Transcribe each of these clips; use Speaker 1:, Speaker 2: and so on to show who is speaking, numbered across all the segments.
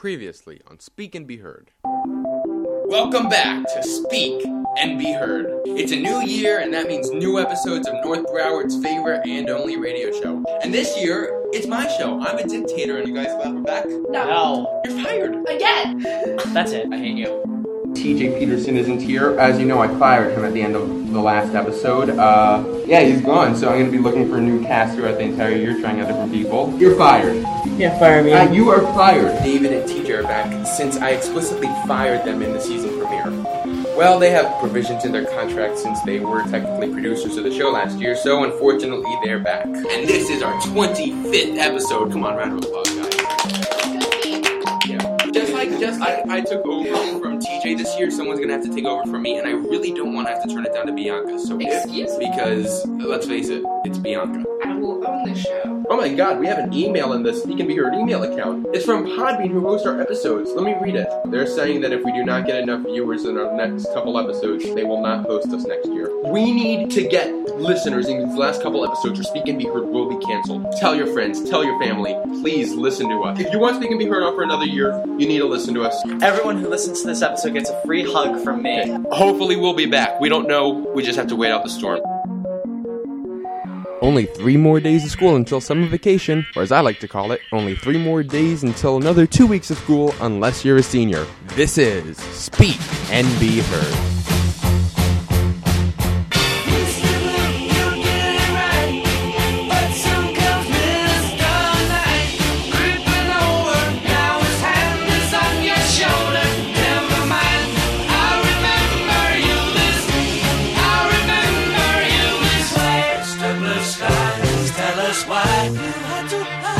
Speaker 1: Previously on Speak and Be Heard.
Speaker 2: Welcome back to Speak and Be Heard. It's a new year, and that means new episodes of North Broward's favorite and only radio show. And this year, it's my show. I'm a dictator, and you guys glad we're back?
Speaker 3: No.
Speaker 4: No,
Speaker 2: You're fired.
Speaker 3: Again.
Speaker 4: that's it.
Speaker 2: I hate you. TJ Peterson isn't here. As you know, I fired him at the end of the last episode. Uh, yeah, he's gone, so I'm going to be looking for a new cast throughout the entire year, trying out different people. You're fired.
Speaker 4: Yeah, fire me.
Speaker 2: Uh, you are fired. David and TJ are back since I explicitly fired them in the season premiere. Well, they have provisions in their contract since they were technically producers of the show last year, so unfortunately they're back. And this is our 25th episode. Come on, round of applause, guys.
Speaker 3: Good team.
Speaker 2: Yeah. Just like just I, I took over from TJ this year, someone's gonna have to take over from me, and I really don't want to have to turn it down to Bianca. So
Speaker 3: Excuse me.
Speaker 2: because let's face it, it's Bianca.
Speaker 3: I will own this show.
Speaker 2: Oh my god, we have an email in this. You can be your email account. It's from Podbean, who hosts our episodes. Let me read it. They're saying that if we do not get enough viewers in our next couple episodes, they will not host us next year. We need to get listeners in these last couple episodes, or Speak and Be Heard will be canceled. Tell your friends, tell your family. Please listen to us. If you want Speak and Be Heard on for another year, you need to listen to us.
Speaker 4: Everyone who listens to this episode gets a free hug from me.
Speaker 2: Hopefully, we'll be back. We don't know. We just have to wait out the storm.
Speaker 1: Only three more days of school until summer vacation, or as I like to call it, only three more days until another two weeks of school unless you're a senior. This is Speak and Be Heard.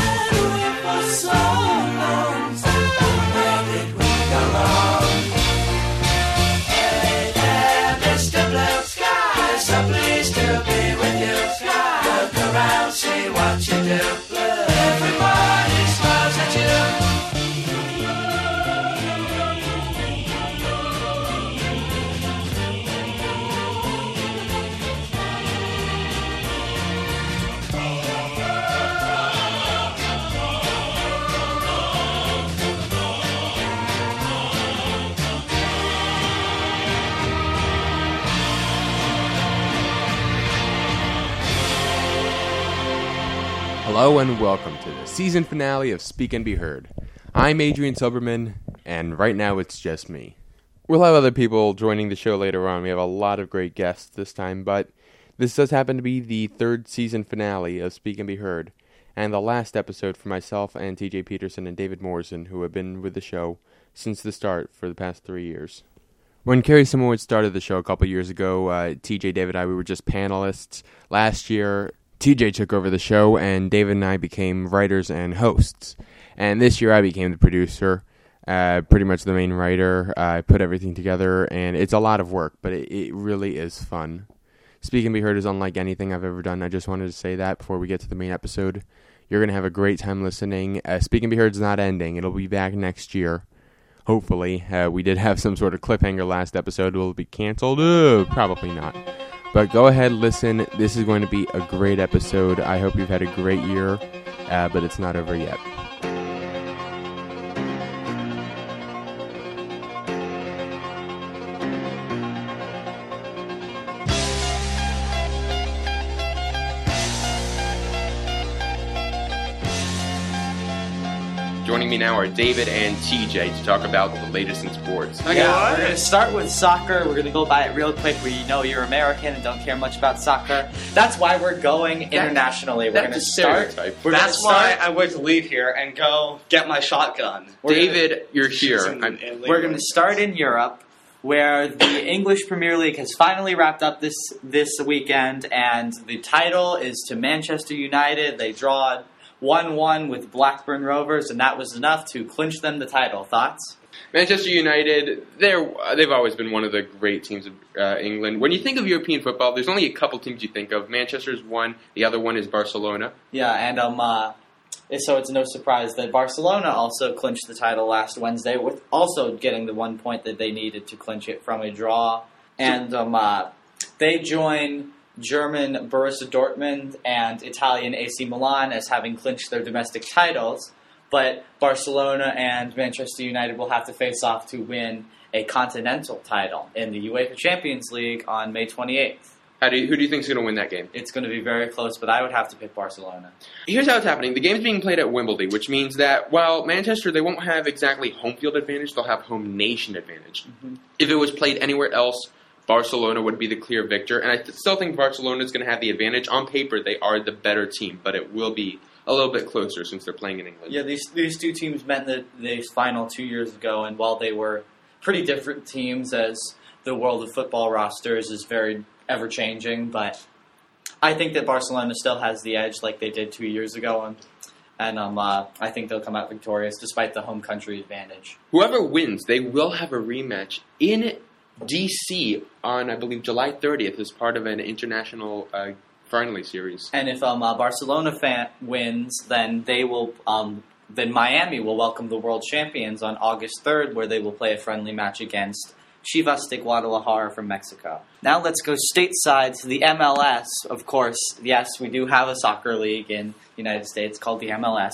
Speaker 5: So long, so long, where did we go wrong? Hey there, Mr. Blue Sky, so pleased to be with you, Sky. Look around, see what you do. Blue, everybody smiles at you.
Speaker 1: Hello and welcome to the season finale of Speak and Be Heard. I'm Adrian Silberman, and right now it's just me. We'll have other people joining the show later on. We have a lot of great guests this time, but this does happen to be the third season finale of Speak and Be Heard, and the last episode for myself and TJ Peterson and David Morrison, who have been with the show since the start for the past three years. When Carrie Samoid started the show a couple years ago, uh, TJ, David, and I, we were just panelists. Last year, TJ took over the show, and David and I became writers and hosts. And this year, I became the producer, uh, pretty much the main writer. I put everything together, and it's a lot of work, but it, it really is fun. Speak and Be Heard is unlike anything I've ever done. I just wanted to say that before we get to the main episode. You're going to have a great time listening. Uh, Speak and Be Heard's not ending, it'll be back next year hopefully. Uh, we did have some sort of cliffhanger last episode. Will it be canceled? Uh, probably not. But go ahead, listen. This is going to be a great episode. I hope you've had a great year, uh, but it's not over yet.
Speaker 2: Joining me now are David and TJ to talk about the latest in sports.
Speaker 4: Yeah, we're gonna start with soccer. We're gonna go by it real quick. We know you're American and don't care much about soccer. That's why we're going internationally. We're gonna
Speaker 2: That's a
Speaker 4: start.
Speaker 2: stereotype.
Speaker 4: We're gonna
Speaker 6: That's why
Speaker 4: start-
Speaker 6: I would leave here and go get my shotgun.
Speaker 4: We're gonna-
Speaker 2: David, you're here.
Speaker 6: Oh, She's in-
Speaker 2: I'm-
Speaker 6: in
Speaker 4: We're going
Speaker 6: Leland.
Speaker 4: to start in Europe, where the English Premier League has finally wrapped up this this weekend, and the title is to Manchester United. They draw one one with Blackburn Rovers, and that was enough to clinch them the title. Thoughts?
Speaker 2: Manchester United, they're they've always been one of the great teams of uh, England. When you think of European football, there's only a couple teams you think of. Manchester's one, the other one is Barcelona.
Speaker 4: Yeah, and um, uh, so it's no surprise that Barcelona also clinched the title last Wednesday, with also getting the one point that they needed to clinch it from a draw. And um, uh, they join German Borussia Dortmund and Italian AC Milan as having clinched their domestic titles. But Barcelona and Manchester United will have to face off to win a continental title in the UEFA Champions League on May 28th.
Speaker 2: How do you, who do you think's going to win that game?
Speaker 4: It's going to be very close, but I would have to pick Barcelona.
Speaker 2: Here's how it's happening. The game's being played at Wimbledon, which means that while Manchester they won't have exactly home field advantage, they'll have home nation advantage. If it was played anywhere else, Barcelona would be the clear victor, and I th- still think Barcelona is going to have the advantage. On paper, they are the better team, but it will be a little bit closer since they're playing in England.
Speaker 4: Yeah, these these two teams met the the final two years ago, and while they were pretty different teams, as the world of football rosters is very ever changing, but I think that Barcelona still has the edge, like they did two years ago, and and um, uh, I think they'll come out victorious despite the home country advantage.
Speaker 2: Whoever wins, they will have a rematch in DC on I believe July 30th as part of an international uh, friendly series.
Speaker 4: And if um, uh, Barcelona fan wins, then they will um, then Miami will welcome the world champions on August third, where they will play a friendly match against Chivas de Guadalajara from Mexico. Now let's go stateside to the MLS. Of course, yes, we do have a soccer league in the United States called the MLS.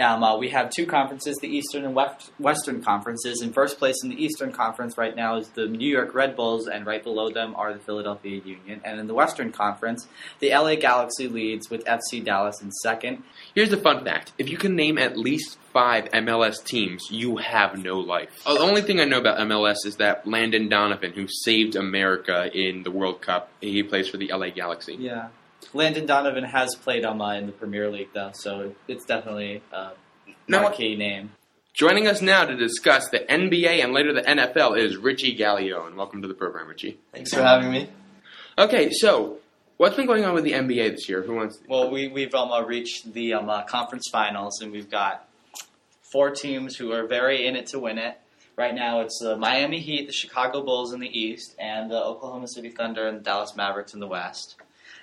Speaker 4: Um, uh, we have two conferences, the Eastern and West- Western conferences. In first place in the Eastern Conference right now is the New York Red Bulls, and right below them are the Philadelphia Union. And in the Western Conference, the LA Galaxy leads with FC Dallas in second.
Speaker 2: Here's the fun fact: if you can name at least five MLS teams, you have no life. The only thing I know about MLS is that Landon Donovan, who saved America in the World Cup, he plays for the LA Galaxy.
Speaker 4: Yeah. Landon Donovan has played on uh, in the Premier League, though, so it's definitely a
Speaker 2: Now-
Speaker 4: marquee name.
Speaker 2: Joining us now to discuss the NBA and later the NFL is Richie Gallione. Welcome to the program, Richie.
Speaker 6: Thanks for having me.
Speaker 2: Okay, so what's been going on with the NBA this year? Who wants?
Speaker 4: Well, we, we've um, uh, reached the um, uh, conference finals, and we've got four teams who are very in it to win it. Right now, it's the Miami Heat, the Chicago Bulls in the East, and the Oklahoma City Thunder and the Dallas Mavericks in the West.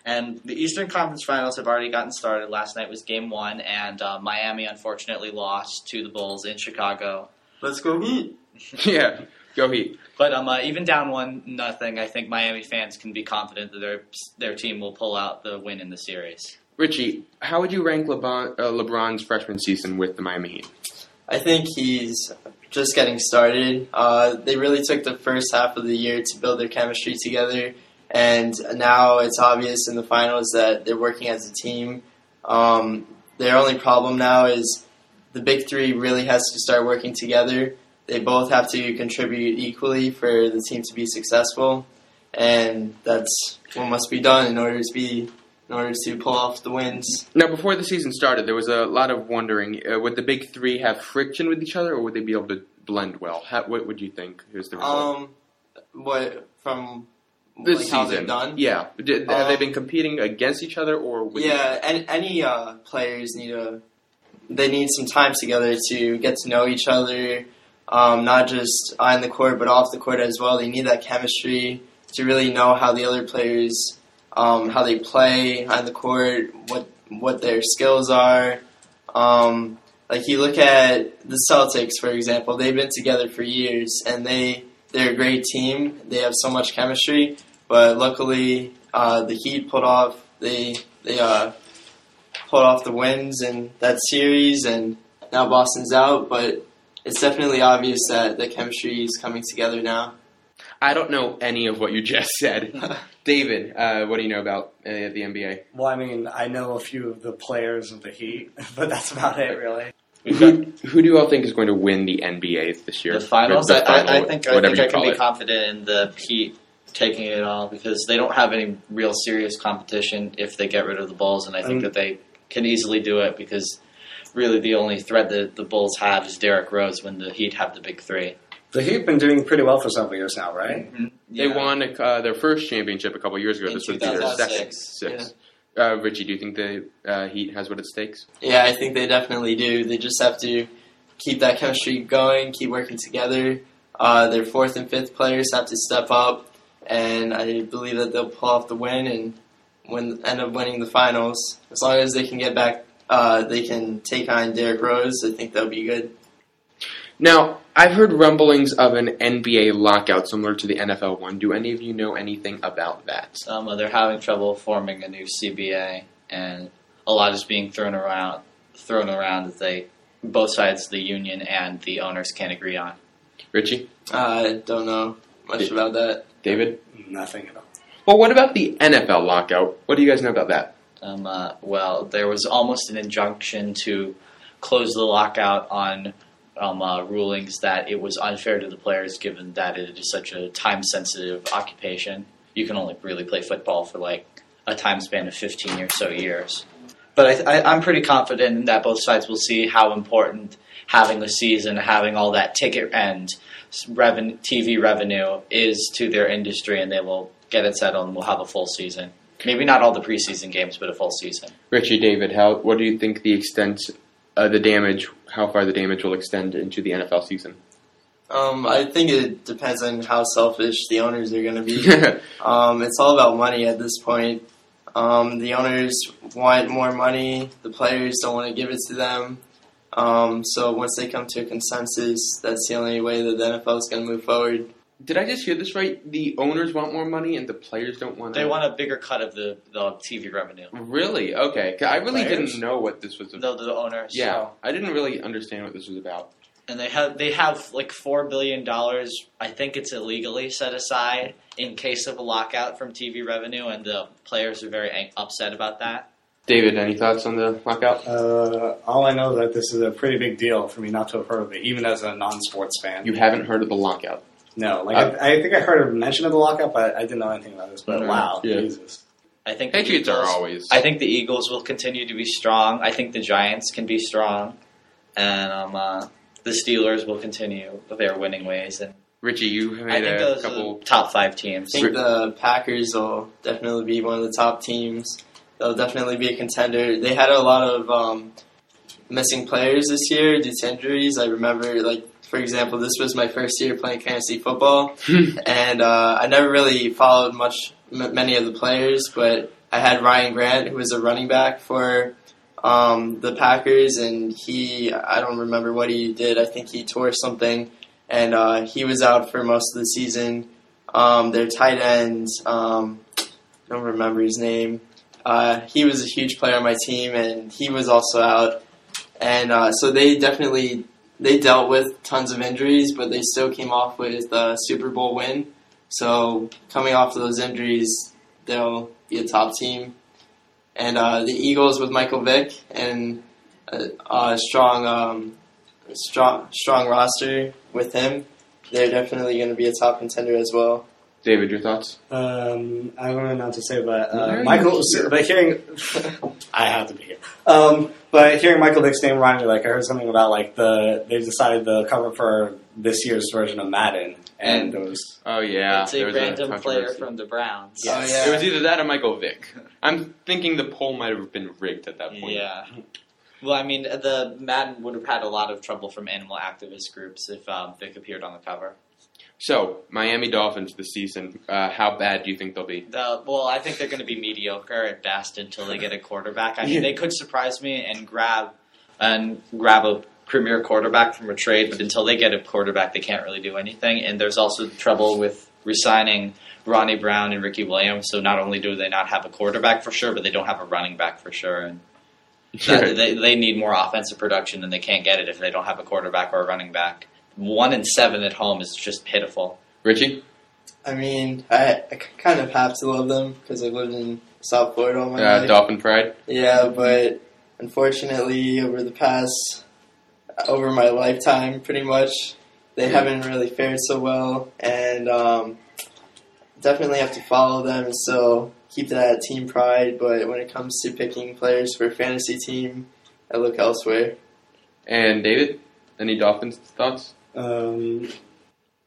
Speaker 4: And the Eastern Conference Finals have already gotten started. Last night was Game One, and uh, Miami unfortunately lost to the Bulls in Chicago.
Speaker 6: Let's go Heat.
Speaker 2: yeah, go Heat.
Speaker 4: But um, uh, even down one nothing, I think Miami fans can be confident that their their team will pull out the win in the series.
Speaker 2: Richie, how would you rank LeBron, uh, LeBron's freshman season with the Miami Heat?
Speaker 7: I think he's just getting started. Uh, they really took the first half of the year to build their chemistry together, and now it's obvious in the finals that they're working as a team. Um, their only problem now is the big three really has to start working together. They both have to contribute equally for the team to be successful, and that's what must be done in order to be in order to pull off the wins.
Speaker 2: Now, before the season started, there was a lot of wondering: uh, would the big three have friction with each other, or would they be able to blend well? How, what would you think is the result
Speaker 7: Um, what from
Speaker 4: Um,
Speaker 2: this
Speaker 7: like,
Speaker 2: season?
Speaker 7: how they're done?
Speaker 2: Yeah, Did, have they
Speaker 7: Um,
Speaker 2: been competing against each other, or with
Speaker 7: yeah. Any, any uh, players need a they need some time together to get to know each other, um, not just on the court but off the court as well. They need that chemistry to really know how the other players um, how they play on the court, what what their skills are. Um, like you look at the Celtics, for example, they've been together for years, and they they're a great team. They have so much chemistry, but luckily uh, the Heat pulled off they they uh, pulled off the wins in that series, and now Boston's out. But it's definitely obvious that the chemistry is coming together now.
Speaker 2: I don't know any of what you just said, David. Uh, what do you know about uh, the NBA?
Speaker 8: Well, I mean, I know a few of the players of the Heat, but that's about it, really.
Speaker 2: Who, who do you all think is going to win the NBA this year?
Speaker 4: The finals,
Speaker 2: The
Speaker 4: I, I, I
Speaker 2: final,
Speaker 4: think I,
Speaker 2: whatever
Speaker 4: think I
Speaker 2: you
Speaker 4: can
Speaker 2: call
Speaker 4: be
Speaker 2: it.
Speaker 4: confident in the Heat taking it all because they don't have any real serious competition if they get rid of the Bulls, and I think
Speaker 8: Um,
Speaker 4: that they can easily do it because really the only threat that the Bulls have is Derrick Rose when the Heat have the big three.
Speaker 8: The Heat been doing pretty well for several years now, right?
Speaker 2: They won uh, their first championship a couple years ago.
Speaker 4: In
Speaker 2: this would be their second.
Speaker 4: 2006,
Speaker 2: Six. Uh, Richie, do you think the uh, Heat has what it takes?
Speaker 7: Yeah, I think they definitely do. They just have to keep that chemistry going, keep working together. Uh, their fourth and fifth players have to step up, and I believe that they'll pull off the win and win, end up winning the finals. As long as they can get back, uh, they can take on Derrick Rose. I think that'll be good.
Speaker 2: Now, I've heard rumblings of an NBA lockout similar to the NFL one. Do any of you know anything about that?
Speaker 4: Um, they're having trouble forming a new CBA, and a lot is being thrown around, thrown around that they both sides of the union and the owners can't agree on.
Speaker 2: Richie,
Speaker 7: Uh, I don't know much about that.
Speaker 2: David.
Speaker 8: Nothing at all.
Speaker 2: Well, what about the NFL lockout? What do you guys know about that?
Speaker 4: Um, uh, well, there was almost an injunction to close the lockout on um, uh, rulings that it was unfair to the players, given that it is such a time-sensitive occupation. You can only really play football for like a time span of fifteen or so years. But I, I, I'm pretty confident that both sides will see how important having the season, having all that ticket and s- reven- TV revenue is to their industry, and they will get it settled and we'll have a full season. Maybe not all the preseason games, but a full season.
Speaker 2: Richie, David, how? What do you think the extent, uh, the damage, how far the damage will extend into the NFL season?
Speaker 7: Um, I think it depends on how selfish the owners are going to be. Um, it's all about money at this point. Um, the owners want more money. The players don't want to give it to them. Um, so once they come to a consensus, that's the only way that the NFL is going to move forward.
Speaker 2: Did I just hear this right? The owners want more money and the players don't want.
Speaker 4: They want a bigger cut of the, the TV revenue.
Speaker 2: Really? Okay. 'Cause I really
Speaker 4: Players?
Speaker 2: didn't know what this was about.
Speaker 4: The, the owners.
Speaker 2: Yeah, I didn't really understand what this was about.
Speaker 4: And they have they have like four billion dollars, I think it's illegally set aside in case of a lockout from TV revenue and the players are very ang- upset about that.
Speaker 2: David, any thoughts on the lockout?
Speaker 8: Uh, all I know is that this is a pretty big deal for me not to have heard of it, even as a non-sports fan.
Speaker 2: You haven't heard of the lockout.
Speaker 8: no, like I, I think I heard a mention of the lockout, but I didn't know anything about this. But
Speaker 2: No,
Speaker 8: wow,
Speaker 2: yeah.
Speaker 8: Jesus.
Speaker 4: I think the
Speaker 2: Patriots are
Speaker 4: Eagles-
Speaker 2: always.
Speaker 4: I think the Eagles will continue to be strong. I think the Giants can be strong, and um, uh, the Steelers will continue their winning ways. And
Speaker 2: Richie, you
Speaker 4: I
Speaker 2: made
Speaker 4: think uh,
Speaker 2: a
Speaker 4: those are
Speaker 2: couple.
Speaker 4: the top five teams.
Speaker 7: I think the Packers will definitely be one of the top teams. They'll definitely be a contender. They had a lot of um, missing players this year due to injuries. I remember, like for example, this was my first year playing fantasy football, and uh, I never really followed much m- many of the players. But I had Ryan Grant, who was a running back for um, the Packers, and he I don't remember what he did. I think he tore something, and uh, he was out for most of the season um, their tight end. Um, I don't remember his name. Uh, he was a huge player on my team, and he was also out. And uh, so they definitely they dealt with tons of injuries, but they still came off with the Super Bowl win. So coming off of those injuries, they'll be a top team. And uh, the Eagles with Michael Vick and a, a strong, um, strong, strong roster with him they're definitely going to be a top contender as well.
Speaker 2: David, your thoughts?
Speaker 8: Um, I don't know not to say, but
Speaker 2: Why are
Speaker 8: uh,
Speaker 2: you
Speaker 8: Michael.
Speaker 2: here?
Speaker 8: But hearing, I have to be here. Um, but hearing Michael Vick's name reminded me, like I heard something about like the they decided the cover for this year's version of Madden, and there was
Speaker 2: Oh yeah,
Speaker 4: it's a
Speaker 2: there was
Speaker 4: random player
Speaker 2: controversy.
Speaker 4: from the Browns.
Speaker 7: Yes.
Speaker 2: It was either that or Michael Vick. I'm thinking the poll might have been rigged at that point.
Speaker 4: Yeah. Well, I mean, the Madden would have had a lot of trouble from animal activist groups if um, Vic appeared on the cover.
Speaker 2: So Miami Dolphins this season, uh, how bad do you think they'll be?
Speaker 4: The, well, I think they're going to be mediocre at best until they get a quarterback. I mean, they could surprise me and grab and grab a premier quarterback from a trade, but until they get a quarterback, they can't really do anything. And there's also trouble with resigning Ronnie Brown and Ricky Williams. So not only do they not have a quarterback for sure, but they don't have a running back for sure. And that, they, they need more offensive production and they can't get it if they don't have a quarterback or a running back. One and seven at home is just pitiful.
Speaker 2: Richie,
Speaker 7: I mean, I, I kind of have to love them because I've lived in South Florida all my
Speaker 2: uh,
Speaker 7: life.
Speaker 2: Dolphin pride.
Speaker 7: Yeah, but unfortunately, over the past, over my lifetime, pretty much, they haven't really fared so well, and um, definitely have to follow them. So keep that team pride. But when it comes to picking players for a fantasy team, I look elsewhere.
Speaker 2: and David. Any Dolphins thoughts?
Speaker 8: um,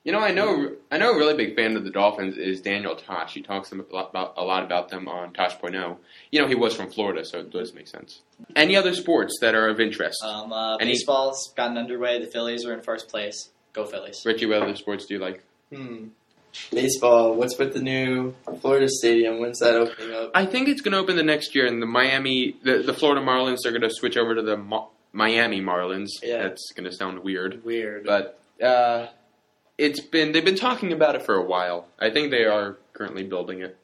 Speaker 2: You know, I know, I know. A really big fan of the Dolphins is Daniel Tosh. He talks a lot about, a lot about them on Tosh.0. You know, he was from Florida, so it does make sense. Any other sports that are of interest?
Speaker 4: Um, uh,
Speaker 2: Any-
Speaker 4: baseball's gotten underway. The Phillies are in first place. Go Phillies.
Speaker 2: Richie, what other sports do you like?
Speaker 7: Hmm. Baseball. What's with the new Florida stadium? When's that opening up?
Speaker 2: I think it's going to open the next year, and the Miami, the, the Florida Marlins are going to switch over to the Mo- Miami Marlins.
Speaker 7: Yeah.
Speaker 2: That's going to sound weird,
Speaker 8: weird.
Speaker 2: but uh, it's been they've been talking about it for a while. I think they are currently building it.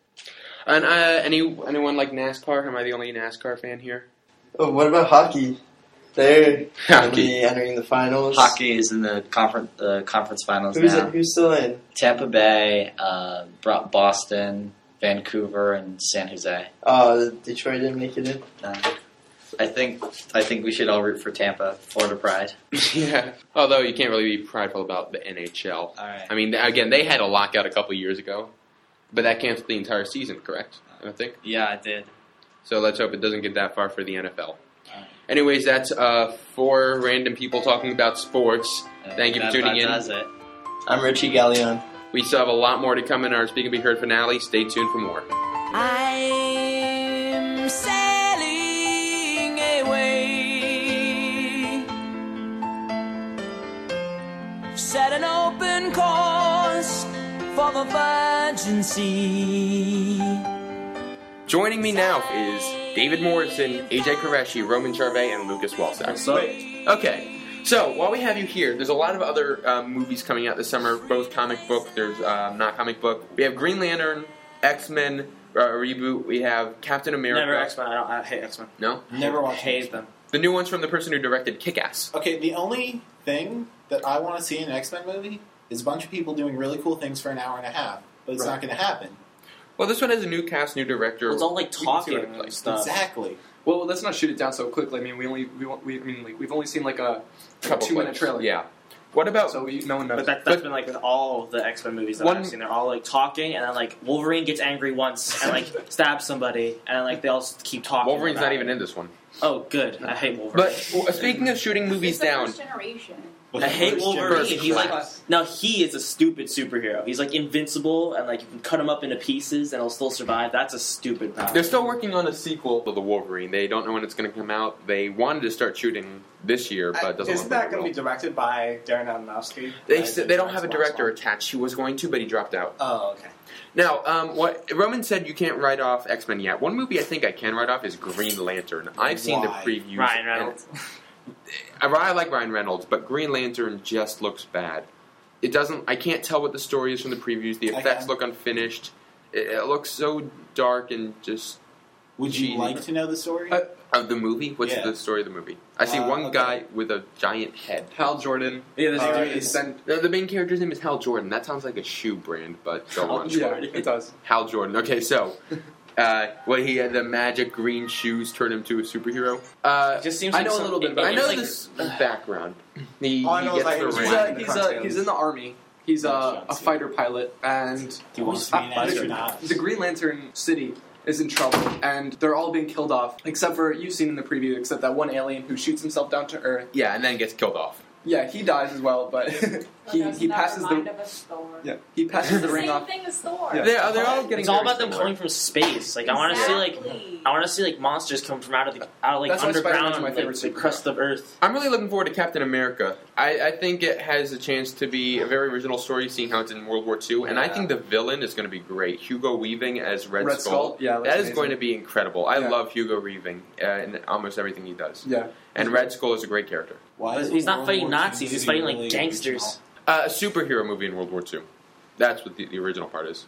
Speaker 2: And uh, any anyone like NASCAR? Am I the only NASCAR fan here?
Speaker 7: Oh, what about hockey? They're gonna
Speaker 9: Hockey.
Speaker 7: be entering the finals.
Speaker 4: Hockey is in the conference the conference finals
Speaker 7: Who's,
Speaker 4: now.
Speaker 7: who's still in?
Speaker 4: Tampa Bay, uh, brought Boston, Vancouver, and San Jose.
Speaker 7: Oh, Detroit didn't make it in.
Speaker 4: Uh, I think I think we should all root for Tampa, Florida Pride.
Speaker 9: yeah. Although you can't really be prideful about the NHL.
Speaker 4: All right.
Speaker 2: I mean, again, they had a lockout a couple years ago, but that canceled the entire season, correct? I think.
Speaker 4: Yeah, I did.
Speaker 2: So let's hope it doesn't get that far for the NFL.
Speaker 4: Alright.
Speaker 2: Anyways, that's uh, four random people talking about sports. Thank you for
Speaker 4: That
Speaker 2: tuning
Speaker 4: about
Speaker 2: in.
Speaker 4: Does it.
Speaker 7: I'm Richie Gallion.
Speaker 2: We still have a lot more to come in our Speak and Be Heard finale. Stay tuned for more.
Speaker 5: I'm sailing away. Set an open course for the virgin sea.
Speaker 2: Joining me now is David Morrison, AJ Koreshi, Roman Charvet, and Lucas Walsack. Wait, Okay. So while we have you here, there's a lot of other um, movies coming out this summer, both comic book. There's um, not comic book. We have Green Lantern, X Men uh, reboot. We have Captain America.
Speaker 10: Never X Men. I don't. I hate X Men.
Speaker 2: No,
Speaker 10: Never watched. Hate them.
Speaker 2: the new one's from the person who directed Kick Ass.
Speaker 8: Okay, the only thing that I want to see in an X Men movie is a bunch of people doing really cool things for an hour and a half, but it's
Speaker 2: Right.
Speaker 8: not going to happen.
Speaker 2: Well, this one has a new cast, new director.
Speaker 10: It's all like
Speaker 2: You can see
Speaker 10: talking
Speaker 2: what it
Speaker 10: and
Speaker 2: plays.
Speaker 10: stuff.
Speaker 8: Exactly.
Speaker 11: Well, let's not shoot it down so quickly. I mean, we only we, want- we I mean like we've only seen like a
Speaker 2: Couple
Speaker 11: two minute
Speaker 2: clips.
Speaker 11: trailer.
Speaker 2: Yeah. What about
Speaker 11: So we, no one knows.
Speaker 10: But that,
Speaker 2: But-
Speaker 10: that's been like with all of the X Men movies that
Speaker 2: One-
Speaker 10: I've seen. They're all like talking, and then like Wolverine gets angry once and like stabs somebody, and then like they all s- keep talking.
Speaker 2: Wolverine's
Speaker 10: about
Speaker 2: not
Speaker 10: it.
Speaker 2: even in this one.
Speaker 10: Oh, good. I hate Wolverine.
Speaker 2: But w- speaking of shooting movies down,
Speaker 3: generation.
Speaker 10: I hate Wolverine.
Speaker 2: First
Speaker 10: He like
Speaker 2: class.
Speaker 10: now he is a stupid superhero. He's like invincible, and like you can cut him up into pieces, and he'll still survive. That's a stupid power.
Speaker 2: They're still working on a sequel to the Wolverine. They don't know when it's going to come out. They wanted to start shooting this year, but it doesn't
Speaker 11: Isn't
Speaker 2: look like
Speaker 11: that going to
Speaker 2: it
Speaker 11: be directed by Darren Aronofsky?
Speaker 2: will. They said they don't have a director attached. He was going to, but he dropped out.
Speaker 11: Oh, okay.
Speaker 2: Now, um, what Roman said, you can't write off X Men yet. One movie I think I can write off is Green Lantern. I've seen
Speaker 8: Why?
Speaker 2: the previews.
Speaker 10: Ryan
Speaker 2: and-
Speaker 10: Reynolds.
Speaker 2: I, I like Ryan Reynolds, but Green Lantern just looks bad. It doesn't. I can't tell what the story is from the previews. The
Speaker 8: I
Speaker 2: effects
Speaker 8: can.
Speaker 2: look unfinished. It, it looks so dark and just
Speaker 8: Would you
Speaker 2: Gee.
Speaker 8: like to know the story?
Speaker 11: Uh,
Speaker 2: of the movie. What's
Speaker 8: Yeah.
Speaker 2: the story of the movie? I see
Speaker 8: Uh,
Speaker 2: one
Speaker 8: okay.
Speaker 2: guy with a giant head.
Speaker 11: Hal Jordan.
Speaker 10: Yeah, there's
Speaker 11: uh,
Speaker 8: gonna be-
Speaker 11: is sent-
Speaker 2: The, the main character's name is Hal Jordan. That sounds like a shoe brand, but go
Speaker 10: Hal
Speaker 2: on.
Speaker 11: yeah,
Speaker 10: Jordan.
Speaker 11: it does.
Speaker 2: Hal Jordan. Okay, so. Uh, what he had the magic green shoes turn him to a superhero. Uh,
Speaker 10: It just seems
Speaker 11: I
Speaker 10: like
Speaker 11: know a
Speaker 10: some-
Speaker 11: little bit
Speaker 10: it-
Speaker 11: about
Speaker 2: I
Speaker 10: it's
Speaker 2: know
Speaker 10: like-
Speaker 2: this background. He,
Speaker 11: All I
Speaker 2: he
Speaker 11: know is
Speaker 2: gets
Speaker 11: like,
Speaker 2: the
Speaker 11: he's,
Speaker 2: ring.
Speaker 11: a, he's, a, he's in the army. He's uh, a, a fighter pilot, and
Speaker 8: Do you want to be an
Speaker 11: I- I-
Speaker 8: astronaut?
Speaker 11: the Green Lantern city is in trouble, and they're all being killed off, except for you've seen in the preview, except that one alien who shoots himself down to Earth.
Speaker 2: Yeah, and then gets killed off.
Speaker 11: Yeah, he dies as well, but he, he passes the
Speaker 3: Of us Thor.
Speaker 11: yeah, he passes the ring
Speaker 3: Same
Speaker 11: off.
Speaker 3: thing as Thor.
Speaker 11: Yeah.
Speaker 2: They're, they're all getting
Speaker 10: it's all
Speaker 2: very
Speaker 10: about them
Speaker 2: similar.
Speaker 10: coming from space. Like I want to see like
Speaker 3: Exactly.
Speaker 10: I want to see like monsters come from out of the out of like
Speaker 11: That's why Spider-Man's
Speaker 10: underground,
Speaker 11: my favorite
Speaker 10: like, the
Speaker 11: superhero.
Speaker 10: crust of Earth.
Speaker 2: I'm really looking forward to Captain America. I, I think it has a chance to be a very original story, seeing how it's in World War II. And I
Speaker 11: Yeah.
Speaker 2: think the villain is going to be great. Hugo Weaving as Red,
Speaker 11: Red Skull. Yeah,
Speaker 2: that
Speaker 11: that's
Speaker 2: is going to
Speaker 11: amazing.
Speaker 2: be incredible. I
Speaker 11: Yeah.
Speaker 2: love Hugo Weaving uh, and almost everything he does.
Speaker 11: Yeah,
Speaker 2: And Red Skull is a great character.
Speaker 8: Why is
Speaker 10: He's not
Speaker 8: World
Speaker 10: fighting
Speaker 8: War
Speaker 10: Nazis. He's
Speaker 8: II
Speaker 10: fighting like
Speaker 8: really
Speaker 10: gangsters.
Speaker 2: Uh, a superhero movie in World War II. That's what the, the original part is.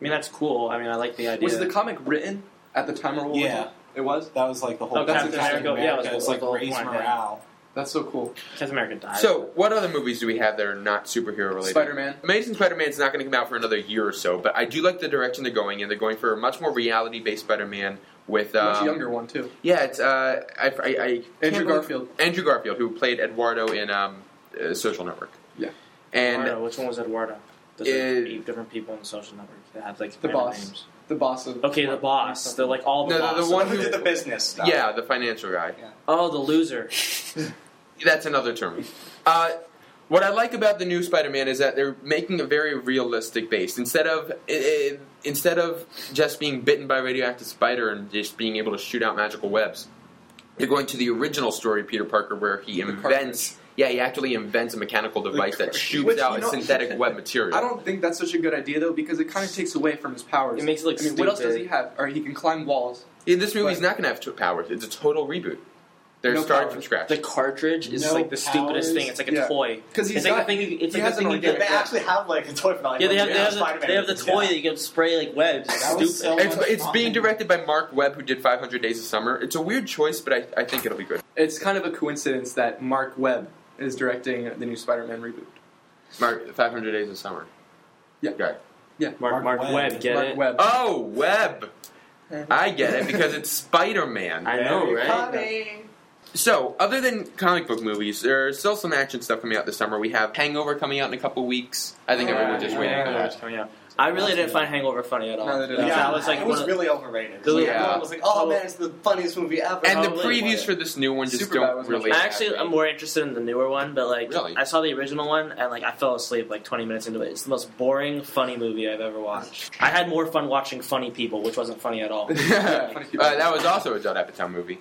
Speaker 10: I mean, that's cool. I mean, I like the idea.
Speaker 11: was the comic written at the time of World War
Speaker 8: Yeah.
Speaker 11: II? It was.
Speaker 8: original? That was like the whole.
Speaker 10: Oh,
Speaker 8: that's
Speaker 11: Captain
Speaker 8: America.
Speaker 10: America, yeah, it was
Speaker 8: it's
Speaker 10: the
Speaker 8: like
Speaker 10: whole
Speaker 8: raise
Speaker 10: point, yeah.
Speaker 8: morale.
Speaker 11: That's so cool.
Speaker 10: Captain America died.
Speaker 2: So, what other movies do we have that are not superhero related?
Speaker 11: Spider-Man.
Speaker 2: Amazing Spider-Man is not going to come out for another year or so, but I do like the direction they're going in. They're going for a much more reality-based Spider-Man with um,
Speaker 11: Much younger one too.
Speaker 2: Yeah, it's uh, I, I, I can't
Speaker 11: Andrew
Speaker 2: believe-
Speaker 11: Garfield.
Speaker 2: Andrew Garfield, who played Eduardo in um, uh, Social Network.
Speaker 11: Yeah.
Speaker 2: and
Speaker 10: Eduardo, which one was Eduardo? Those
Speaker 2: Uh,
Speaker 10: are eight different people in the social network that have like
Speaker 11: The
Speaker 10: random
Speaker 11: boss.
Speaker 10: Names.
Speaker 11: The boss of
Speaker 10: Okay, the boss. They're like all the
Speaker 2: No, the-
Speaker 10: boss.
Speaker 2: the one-
Speaker 8: Who did the business stuff?
Speaker 2: yeah, the financial guy.
Speaker 10: Oh, the loser.
Speaker 2: That's another term. Uh, what I like about the new Spider-Man is that they're making a very realistic base. Instead of i- i instead of just being bitten by a radioactive spider and just being able to shoot out magical webs, they're going to the original story, Peter Parker, where he invents. Yeah, he actually invents a mechanical device that shoots
Speaker 11: Which,
Speaker 2: out
Speaker 11: you
Speaker 2: a
Speaker 11: know-
Speaker 2: synthetic web material.
Speaker 11: I don't think that's such a good idea though, because it kind of takes away from his powers.
Speaker 10: It makes it look
Speaker 11: I mean, what else does
Speaker 10: stupid.
Speaker 11: he have? Or he can climb walls.
Speaker 2: Yeah, this movie's
Speaker 11: But-
Speaker 2: not going to have two powers. It's a total reboot. They're
Speaker 11: No
Speaker 2: starting
Speaker 11: power.
Speaker 2: from scratch.
Speaker 10: The cartridge is
Speaker 11: No
Speaker 10: like the stupidest
Speaker 11: powers.
Speaker 10: thing. It's like a
Speaker 11: Yeah.
Speaker 10: toy.
Speaker 11: 'Cause he's
Speaker 10: it's like
Speaker 11: got-
Speaker 10: the thing. You, it's
Speaker 11: he
Speaker 10: like the
Speaker 11: has an
Speaker 10: thing you
Speaker 11: organic-
Speaker 10: get.
Speaker 11: They actually
Speaker 6: have like a toy for
Speaker 10: Yeah, they have, they, have the, they have the toy that you can spray like webs. It's
Speaker 11: That was
Speaker 10: stupid.
Speaker 11: so
Speaker 2: It's,
Speaker 11: much
Speaker 2: it's
Speaker 11: fun.
Speaker 2: being directed by Mark Webb, who did 500 Days of Summer. It's a weird choice, but I, I think it'll be good.
Speaker 11: It's kind of a coincidence that Mark Webb is directing the new Spider-Man reboot.
Speaker 2: Mark, 500 Days of Summer.
Speaker 11: Yeah.
Speaker 2: Okay.
Speaker 11: Yeah,
Speaker 10: Mark, Mark,
Speaker 12: Mark Webb.
Speaker 10: Webb, get
Speaker 11: Mark
Speaker 10: it?
Speaker 11: Webb.
Speaker 2: Oh, Webb. I get it because it's Spider Man.
Speaker 10: Uh-huh. I know, right?
Speaker 2: So, other than comic book movies, there's still some action stuff coming out this summer. We have Hangover coming out in a couple weeks. I think everyone just waiting for that.
Speaker 10: coming out. I really didn't find Hangover funny at all.
Speaker 11: No, they didn't.
Speaker 10: Like,
Speaker 11: Yeah.
Speaker 10: That was like
Speaker 7: it
Speaker 10: one
Speaker 7: was
Speaker 10: of
Speaker 7: really overrated.
Speaker 10: the-
Speaker 2: Yeah.
Speaker 7: Everyone was like, "Oh man, it's the funniest movie ever."
Speaker 2: And the
Speaker 10: Probably.
Speaker 2: previews for this new one just
Speaker 11: Superbad
Speaker 2: don't
Speaker 11: was
Speaker 2: really.
Speaker 11: much-
Speaker 10: I actually I'm more interested in the newer one, but like
Speaker 2: Really?
Speaker 10: I saw the original one and like I fell asleep like 20 minutes into it. It's the most boring, funny movie I've ever watched. I had more fun watching funny people, which wasn't funny at all.
Speaker 2: uh, that was also a Judd Apatow movie.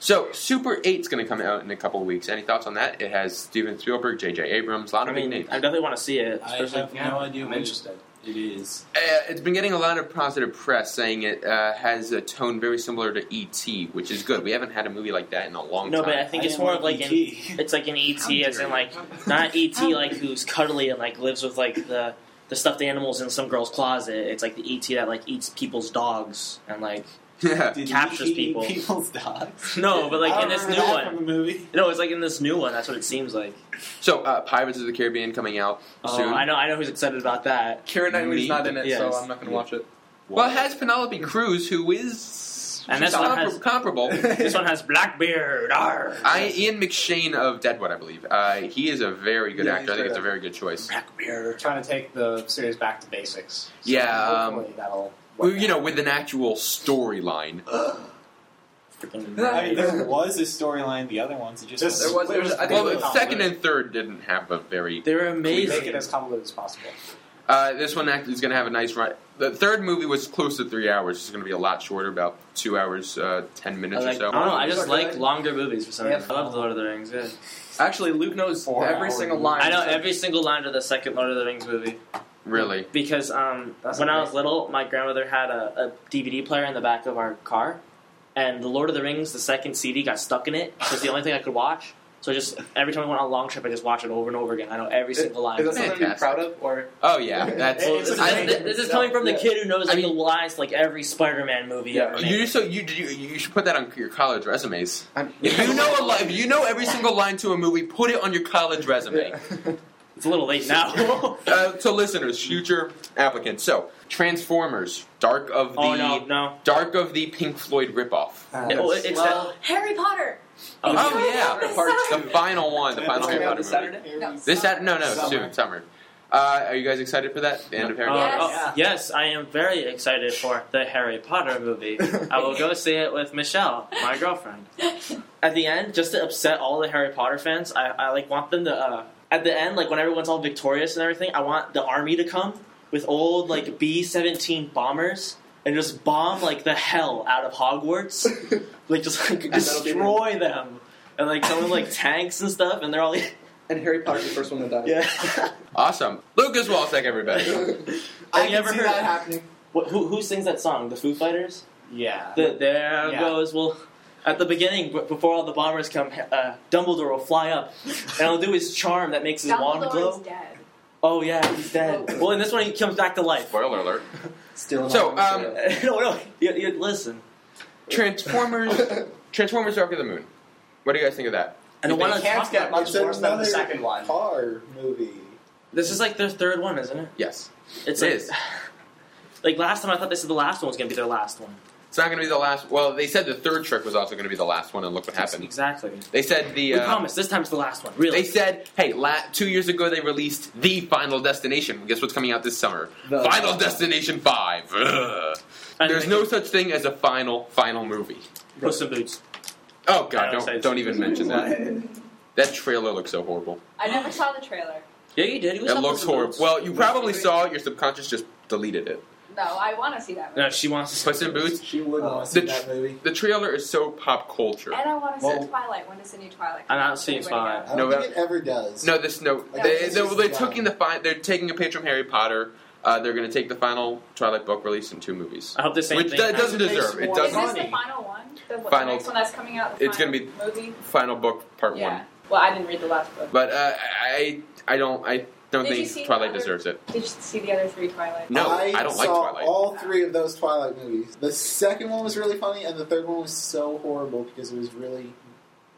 Speaker 2: So, Super 8's going to come out in a couple weeks. Any thoughts on that? It has Steven Spielberg, J.J. Abrams, a lot
Speaker 10: I
Speaker 2: of big
Speaker 10: mean,
Speaker 2: names.
Speaker 10: I definitely want to see it.
Speaker 6: I
Speaker 10: Especially,
Speaker 6: have no idea.
Speaker 8: I'm
Speaker 6: what
Speaker 8: interested.
Speaker 6: It is.
Speaker 2: Uh, it's been getting a lot of positive press, saying it uh, has a tone very similar to E.T., which is good. We haven't had a movie like that in a long
Speaker 10: no,
Speaker 2: time.
Speaker 10: but I think
Speaker 6: I E
Speaker 10: it's
Speaker 6: didn't
Speaker 10: more
Speaker 6: like
Speaker 10: of like an,
Speaker 6: E.T..
Speaker 10: it's like an ET, as in like not ET like who's cuddly and like lives with like the the stuffed animals in some girl's closet. It's like the ET that like eats people's dogs and like
Speaker 2: yeah.
Speaker 6: Did
Speaker 10: Captures
Speaker 6: he eat
Speaker 10: people.
Speaker 6: People's dogs.
Speaker 10: no, but
Speaker 6: I
Speaker 10: like
Speaker 6: don't
Speaker 10: in this new
Speaker 6: remember that
Speaker 10: one.
Speaker 6: from the movie.
Speaker 10: No, it's like in this new one. That's what it seems like.
Speaker 2: So, uh, Pirates of the Caribbean coming out
Speaker 10: Oh,
Speaker 2: soon.
Speaker 10: I know, I know who's excited about that.
Speaker 11: Karen Knightley's
Speaker 2: Me?
Speaker 11: not in it,
Speaker 10: Yes.
Speaker 11: so I'm not going to watch it.
Speaker 2: Well, it has Penelope Cruz, who is
Speaker 10: And
Speaker 2: she's
Speaker 10: this one
Speaker 2: compar-
Speaker 10: has-
Speaker 7: Oh,
Speaker 2: comparable.
Speaker 10: This one has Blackbeard. Arr.
Speaker 2: I, Ian McShane of Deadwood, I believe. Uh, he is a very good
Speaker 8: Yeah,
Speaker 2: actor. I
Speaker 8: he's
Speaker 2: think it's a
Speaker 8: great.
Speaker 2: very good choice.
Speaker 8: We're trying to take the series back to basics. So
Speaker 2: Yeah, um,
Speaker 8: hopefully that'll.
Speaker 2: Well,
Speaker 8: work
Speaker 2: you
Speaker 8: out.
Speaker 2: know, with an actual storyline.
Speaker 10: Freaking
Speaker 6: I mean,
Speaker 10: right.
Speaker 6: there was a storyline. The other ones, it just
Speaker 8: This-
Speaker 11: There was, there was, I think
Speaker 2: Well,
Speaker 11: it
Speaker 2: the
Speaker 11: was-
Speaker 2: second and third didn't have a very.
Speaker 10: They were
Speaker 8: We make it
Speaker 10: amazing.
Speaker 8: as convoluted as possible.
Speaker 2: Uh, this one act- is going to have a nice run. The third movie was close to three hours. It's going to be a lot shorter, about two hours, uh, ten
Speaker 10: I,
Speaker 2: minutes or
Speaker 10: like, I
Speaker 2: so.
Speaker 10: don't know. I just
Speaker 11: Lord of
Speaker 10: like
Speaker 11: the
Speaker 10: longer movies for some
Speaker 8: Yeah.
Speaker 10: reason. I love Lord of the Rings. Yeah,
Speaker 11: Actually, Luke knows
Speaker 8: Four
Speaker 11: every
Speaker 8: hours.
Speaker 11: single line.
Speaker 10: I know every single line to the second Lord of the Rings movie
Speaker 2: really.
Speaker 10: because um,
Speaker 8: That's
Speaker 10: when I was
Speaker 8: amazing.
Speaker 10: little, my grandmother had a, a DVD player in the back of our car, and the Lord of the Rings, the second CD, got stuck in it. So it's the only thing I could watch. So I just every time I went on a long trip, I just watched it over and over again. I know every
Speaker 11: Is-
Speaker 10: single line.
Speaker 11: Is that something to be
Speaker 2: Fantastic.
Speaker 11: proud of? Or
Speaker 2: Oh yeah, that's.
Speaker 10: Well,
Speaker 8: It's
Speaker 10: this,
Speaker 8: a
Speaker 10: is-
Speaker 8: thing.
Speaker 10: this- this is coming from the
Speaker 11: Yeah.
Speaker 10: kid who knows like
Speaker 2: I mean-
Speaker 10: the lines to, like every Spider-Man movie
Speaker 11: Yeah.
Speaker 10: ever.
Speaker 2: You
Speaker 10: made.
Speaker 2: so you you you should put that on your college resumes.
Speaker 11: I'm,
Speaker 2: If you know a li- if you know every single line to a movie, put it on your college resume.
Speaker 10: It's a little late now. oh
Speaker 2: Uh, so listeners, future applicants. So Transformers, Dark of the
Speaker 10: Oh, no, no.
Speaker 2: Dark of the Pink Floyd ripoff.
Speaker 8: Uh,
Speaker 10: It- well, it's
Speaker 7: well,
Speaker 3: Harry Potter.
Speaker 10: that.
Speaker 2: Oh,
Speaker 3: coming out
Speaker 2: yeah,
Speaker 3: this
Speaker 2: part
Speaker 3: summer.
Speaker 2: the final one, the
Speaker 6: It's
Speaker 2: final
Speaker 6: coming
Speaker 2: Harry
Speaker 11: out
Speaker 2: Potter
Speaker 11: this
Speaker 2: movie.
Speaker 3: No.
Speaker 2: This Sat no no
Speaker 6: Summer.
Speaker 2: soon summer. Uh, are you guys excited for that? The end of Harry
Speaker 10: Uh,
Speaker 2: Potter.
Speaker 3: Yes.
Speaker 10: oh, yes, I am very excited for the Harry Potter movie. I will go see it with Michelle, my girlfriend. At the end, just to upset all the Harry Potter fans, I, I like want them to. Uh, at the end, like when everyone's all victorious and everything, I want the army to come with old like B seventeen bombers and just bomb like the hell out of Hogwarts, like just like
Speaker 11: that'll be
Speaker 10: destroy them, and like come in like tanks and stuff, and they're all
Speaker 11: and Harry Potter's the first one to die.
Speaker 10: yeah.
Speaker 2: Awesome, Lucas Walsack, everybody.
Speaker 10: Have
Speaker 6: I
Speaker 10: you
Speaker 6: can
Speaker 10: ever
Speaker 6: see
Speaker 10: heard-
Speaker 6: that happening.
Speaker 10: What, who who sings that song? The Foo Fighters.
Speaker 8: Yeah.
Speaker 10: The, there
Speaker 8: Yeah.
Speaker 10: goes. Well, at the beginning, b- before all the bombers come, uh, Dumbledore will fly up, and he'll do his charm that makes his wand
Speaker 3: Dumbledore is
Speaker 10: glow.
Speaker 3: dead.
Speaker 10: Oh yeah, he's dead.
Speaker 3: Oh.
Speaker 10: Well, in this one, he comes back to life.
Speaker 2: Spoiler alert.
Speaker 11: Still
Speaker 2: So,
Speaker 11: not-
Speaker 2: um,
Speaker 10: no, no, you, you listen.
Speaker 2: Transformers, Transformers: Dark of the Moon. What do you guys think of that?
Speaker 10: And the
Speaker 8: They
Speaker 10: one on
Speaker 8: can't
Speaker 10: top,
Speaker 8: get much
Speaker 12: It's
Speaker 8: worse than
Speaker 12: another
Speaker 8: the second one.
Speaker 12: car movie.
Speaker 10: this is like their third one, isn't it?
Speaker 2: Yes,
Speaker 10: It's
Speaker 2: It
Speaker 10: like,
Speaker 2: is.
Speaker 10: Like last time, I thought this is the last one was gonna be their last one.
Speaker 2: it's not going to be the last. Well, they said the third trick was also going to be the last one, and look what happened.
Speaker 10: Exactly.
Speaker 2: They said the.
Speaker 10: We
Speaker 2: uh,
Speaker 10: promise this time's the last one. Really.
Speaker 2: They said, "Hey, la- two years ago they released the Final Destination. Guess what's coming out this summer?
Speaker 11: The-
Speaker 2: Final Destination Five. Ugh.
Speaker 10: And
Speaker 2: There's
Speaker 10: they-
Speaker 2: no such thing as a final final movie.
Speaker 10: Puss in Boots.
Speaker 2: Oh
Speaker 10: I
Speaker 2: God,
Speaker 10: don't say
Speaker 2: don't don't even mention that. That trailer looks so horrible.
Speaker 3: I never saw the trailer.
Speaker 10: Yeah, you did. You
Speaker 2: It
Speaker 10: saw
Speaker 2: looks
Speaker 10: Puss in
Speaker 2: horrible.
Speaker 10: Boots.
Speaker 2: Well, you probably saw it. Your subconscious just deleted it.
Speaker 3: No, I want to see that movie.
Speaker 10: No, she wants to.
Speaker 2: Puss in Boots.
Speaker 12: She wouldn't want to see
Speaker 2: The
Speaker 12: that movie.
Speaker 2: The trailer is so pop culture.
Speaker 3: And I want to see
Speaker 12: Well-
Speaker 3: Twilight. When does the new Twilight? come
Speaker 10: I'm
Speaker 3: out?
Speaker 10: not seeing
Speaker 3: Wait, wait,
Speaker 12: I
Speaker 10: Twilight.
Speaker 12: don't
Speaker 2: No,
Speaker 12: think it ever does.
Speaker 2: No, this no.
Speaker 3: No,
Speaker 2: they,
Speaker 3: it's
Speaker 2: they,
Speaker 12: just
Speaker 2: they're
Speaker 12: dumb.
Speaker 2: taking the fi- They're taking a page from Harry Potter. Uh, they're going to take the final Twilight book, release in two movies.
Speaker 10: I hope the Uh, same
Speaker 2: Which
Speaker 10: thing
Speaker 2: that doesn't
Speaker 10: happens.
Speaker 2: deserve. It
Speaker 3: Is this
Speaker 2: doesn't.
Speaker 3: the final one? The, what,
Speaker 2: Final-
Speaker 3: the next one that's coming out? The
Speaker 2: It's
Speaker 3: going
Speaker 2: gonna
Speaker 3: to movie.
Speaker 2: Final book, part
Speaker 3: yeah.
Speaker 2: one.
Speaker 3: Well, I didn't read the last book.
Speaker 2: But uh, I, I don't, I don't
Speaker 3: Did you see
Speaker 2: think Twilight
Speaker 3: the other-
Speaker 2: deserves it.
Speaker 3: Did you see the other three Twilight?
Speaker 2: No,
Speaker 12: I,
Speaker 2: I don't like
Speaker 12: saw
Speaker 2: Twilight.
Speaker 12: All three of those Twilight movies. The second one was really funny, and the third one was so horrible because it was really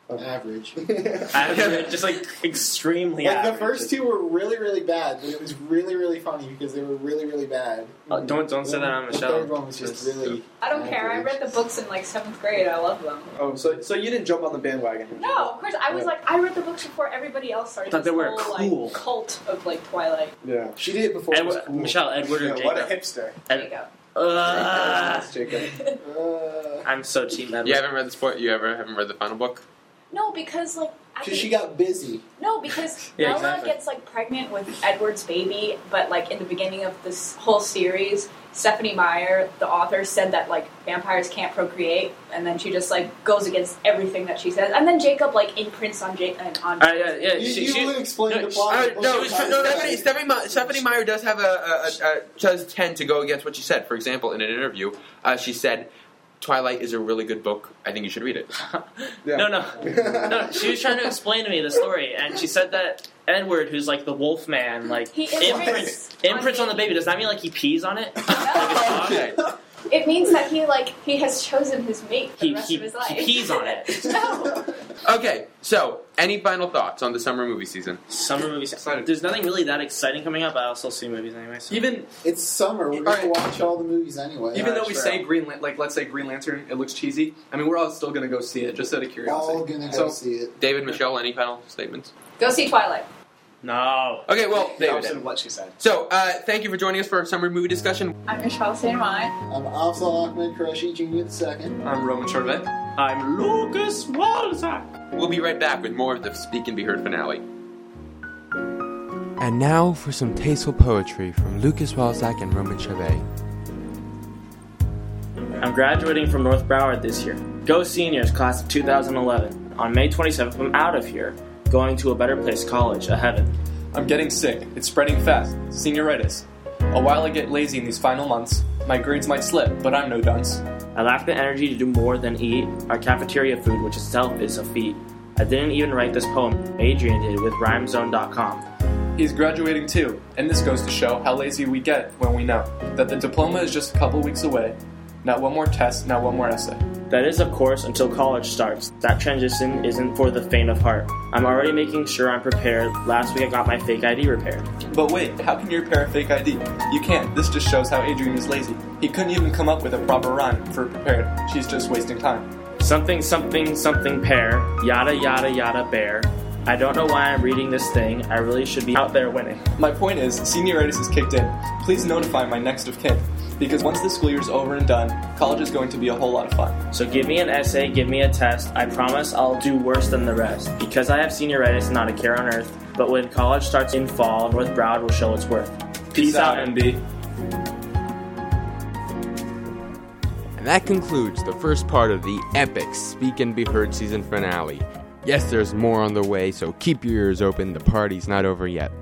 Speaker 12: average.
Speaker 10: Average, just like extremely
Speaker 12: like
Speaker 10: average.
Speaker 12: the first two were really really bad, but it was really really funny because they were really really bad.
Speaker 10: Oh, don't- don't say that on the
Speaker 12: The
Speaker 10: show.
Speaker 12: third one was just really.
Speaker 3: I don't care. I read the books in like seventh grade. I love them.
Speaker 11: Oh, so so you didn't jump on the bandwagon?
Speaker 3: No, of course. I was like, I read the books before everybody else started.
Speaker 11: Thought they
Speaker 3: this
Speaker 11: were
Speaker 3: whole,
Speaker 11: cool.
Speaker 3: like, cult of like Twilight.
Speaker 11: Yeah.
Speaker 12: She did it before. it was
Speaker 10: Edward-
Speaker 12: cool.
Speaker 10: Michelle, Edward, or
Speaker 12: Yeah, what a
Speaker 10: Jacob?
Speaker 12: hipster.
Speaker 3: There you go.
Speaker 10: Ugh.
Speaker 11: Jacob.
Speaker 12: Uh,
Speaker 10: I'm so team Edward.
Speaker 2: You haven't read this book. You ever haven't read the final book?
Speaker 3: No, because like I
Speaker 12: Cause she
Speaker 3: think-
Speaker 12: got busy.
Speaker 3: no, because
Speaker 10: Yeah,
Speaker 3: Bella
Speaker 10: exactly.
Speaker 3: gets like pregnant with Edward's baby, but like in the beginning of this whole series, Stephanie Meyer, the author, said that like vampires can't procreate, and then she just like goes against everything that she says, and then Jacob like imprints on Jake and on.
Speaker 10: Uh, yeah, yeah,
Speaker 12: You,
Speaker 10: she,
Speaker 12: you
Speaker 10: she-
Speaker 12: would explain
Speaker 10: no,
Speaker 12: the plot.
Speaker 2: Uh,
Speaker 12: of the
Speaker 2: no,
Speaker 12: book.
Speaker 2: it's- no, Stephanie, Stephanie, Me- Stephanie Meyer does have a, a, a, a does tend to go against what she said. For example, in an interview, uh, she said, "Twilight is a really good book. I think you should read it."
Speaker 11: Yeah.
Speaker 10: No, no, no. She was trying to explain to me the story, and she said that Edward, who's like the wolf man, like
Speaker 3: He imprints
Speaker 10: imprints imprints on the baby. Does that mean like he pees on it? Like,
Speaker 2: Okay.
Speaker 3: It means that he like he has chosen his mate for
Speaker 10: he,
Speaker 3: the rest
Speaker 10: he,
Speaker 3: of his life.
Speaker 10: he pees on it.
Speaker 3: no,
Speaker 2: Okay. So, any final thoughts on the summer movie season?
Speaker 10: Summer movies. There's nothing really that exciting coming up, but I also see movies anyway. So.
Speaker 11: Even
Speaker 12: It's summer. We're
Speaker 11: Alright.
Speaker 12: gonna watch all the movies anyway.
Speaker 11: even though
Speaker 10: that's
Speaker 11: we
Speaker 10: true.
Speaker 11: say Green Lan- like let's say Green Lantern, it looks cheesy. I mean, we're all still gonna go see it just out of
Speaker 12: we're all
Speaker 11: curiosity.
Speaker 12: gonna
Speaker 11: So-
Speaker 12: go see it.
Speaker 2: David, Michelle, any final statements?
Speaker 3: go see Twilight.
Speaker 10: No.
Speaker 2: Okay. Well,
Speaker 6: The
Speaker 2: David.
Speaker 6: opposite
Speaker 2: then.
Speaker 6: of what she said.
Speaker 2: So, uh, thank you for joining us for our summer movie discussion.
Speaker 3: I'm Michelle St. Ryan.
Speaker 12: I'm Afzal Ahmed Qureshi Jr. the second.
Speaker 11: I'm Roman Chorvet.
Speaker 10: I'm Lucas Walzak.
Speaker 2: We'll be right back with more of the Speak and Be Heard finale. And now for some tasteful poetry from Lucas Walzak and Roman Chauvet.
Speaker 10: I'm graduating from North Broward this year. Go seniors, class of 2011. On May 27th, I'm out of here, going to a better place college, a heaven.
Speaker 11: I'm getting sick. It's spreading fast. Senioritis. A while I get lazy in these final months. My grades might slip, but I'm no dunce.
Speaker 10: I lacked the energy to do more than eat our cafeteria food, which itself is a feat. I didn't even write this poem, Adrian did with rhymezone.com.
Speaker 11: He's graduating too, and this goes to show how lazy we get when we know that the diploma is just a couple weeks away. Not one more test, not one more essay.
Speaker 10: That is, of course, until college starts. That transition isn't for the faint of heart. I'm already making sure I'm prepared. Last week I got my fake ID repaired.
Speaker 11: But wait, how can you repair a fake ID? You can't. This just shows how Adrian is lazy. He couldn't even come up with a proper rhyme for prepared. She's just wasting time.
Speaker 10: Something, something, something pair. Yada, yada, yada, bear. I don't know why I'm reading this thing. I really should be out there winning.
Speaker 11: My point is, senioritis is kicked in. Please notify my next of kin, because once the school year's over and done, college is going to be a whole lot of fun.
Speaker 10: So give me an essay, give me a test. I promise I'll do worse than the rest. Because I have senioritis, not a care on earth. But when college starts in fall, North Broward will show its worth. Peace, out, out,
Speaker 11: MB.
Speaker 1: And that concludes the first part of the epic Speak and Be Heard season finale. Yes, there's more on the way, so keep your ears open. The party's not over yet.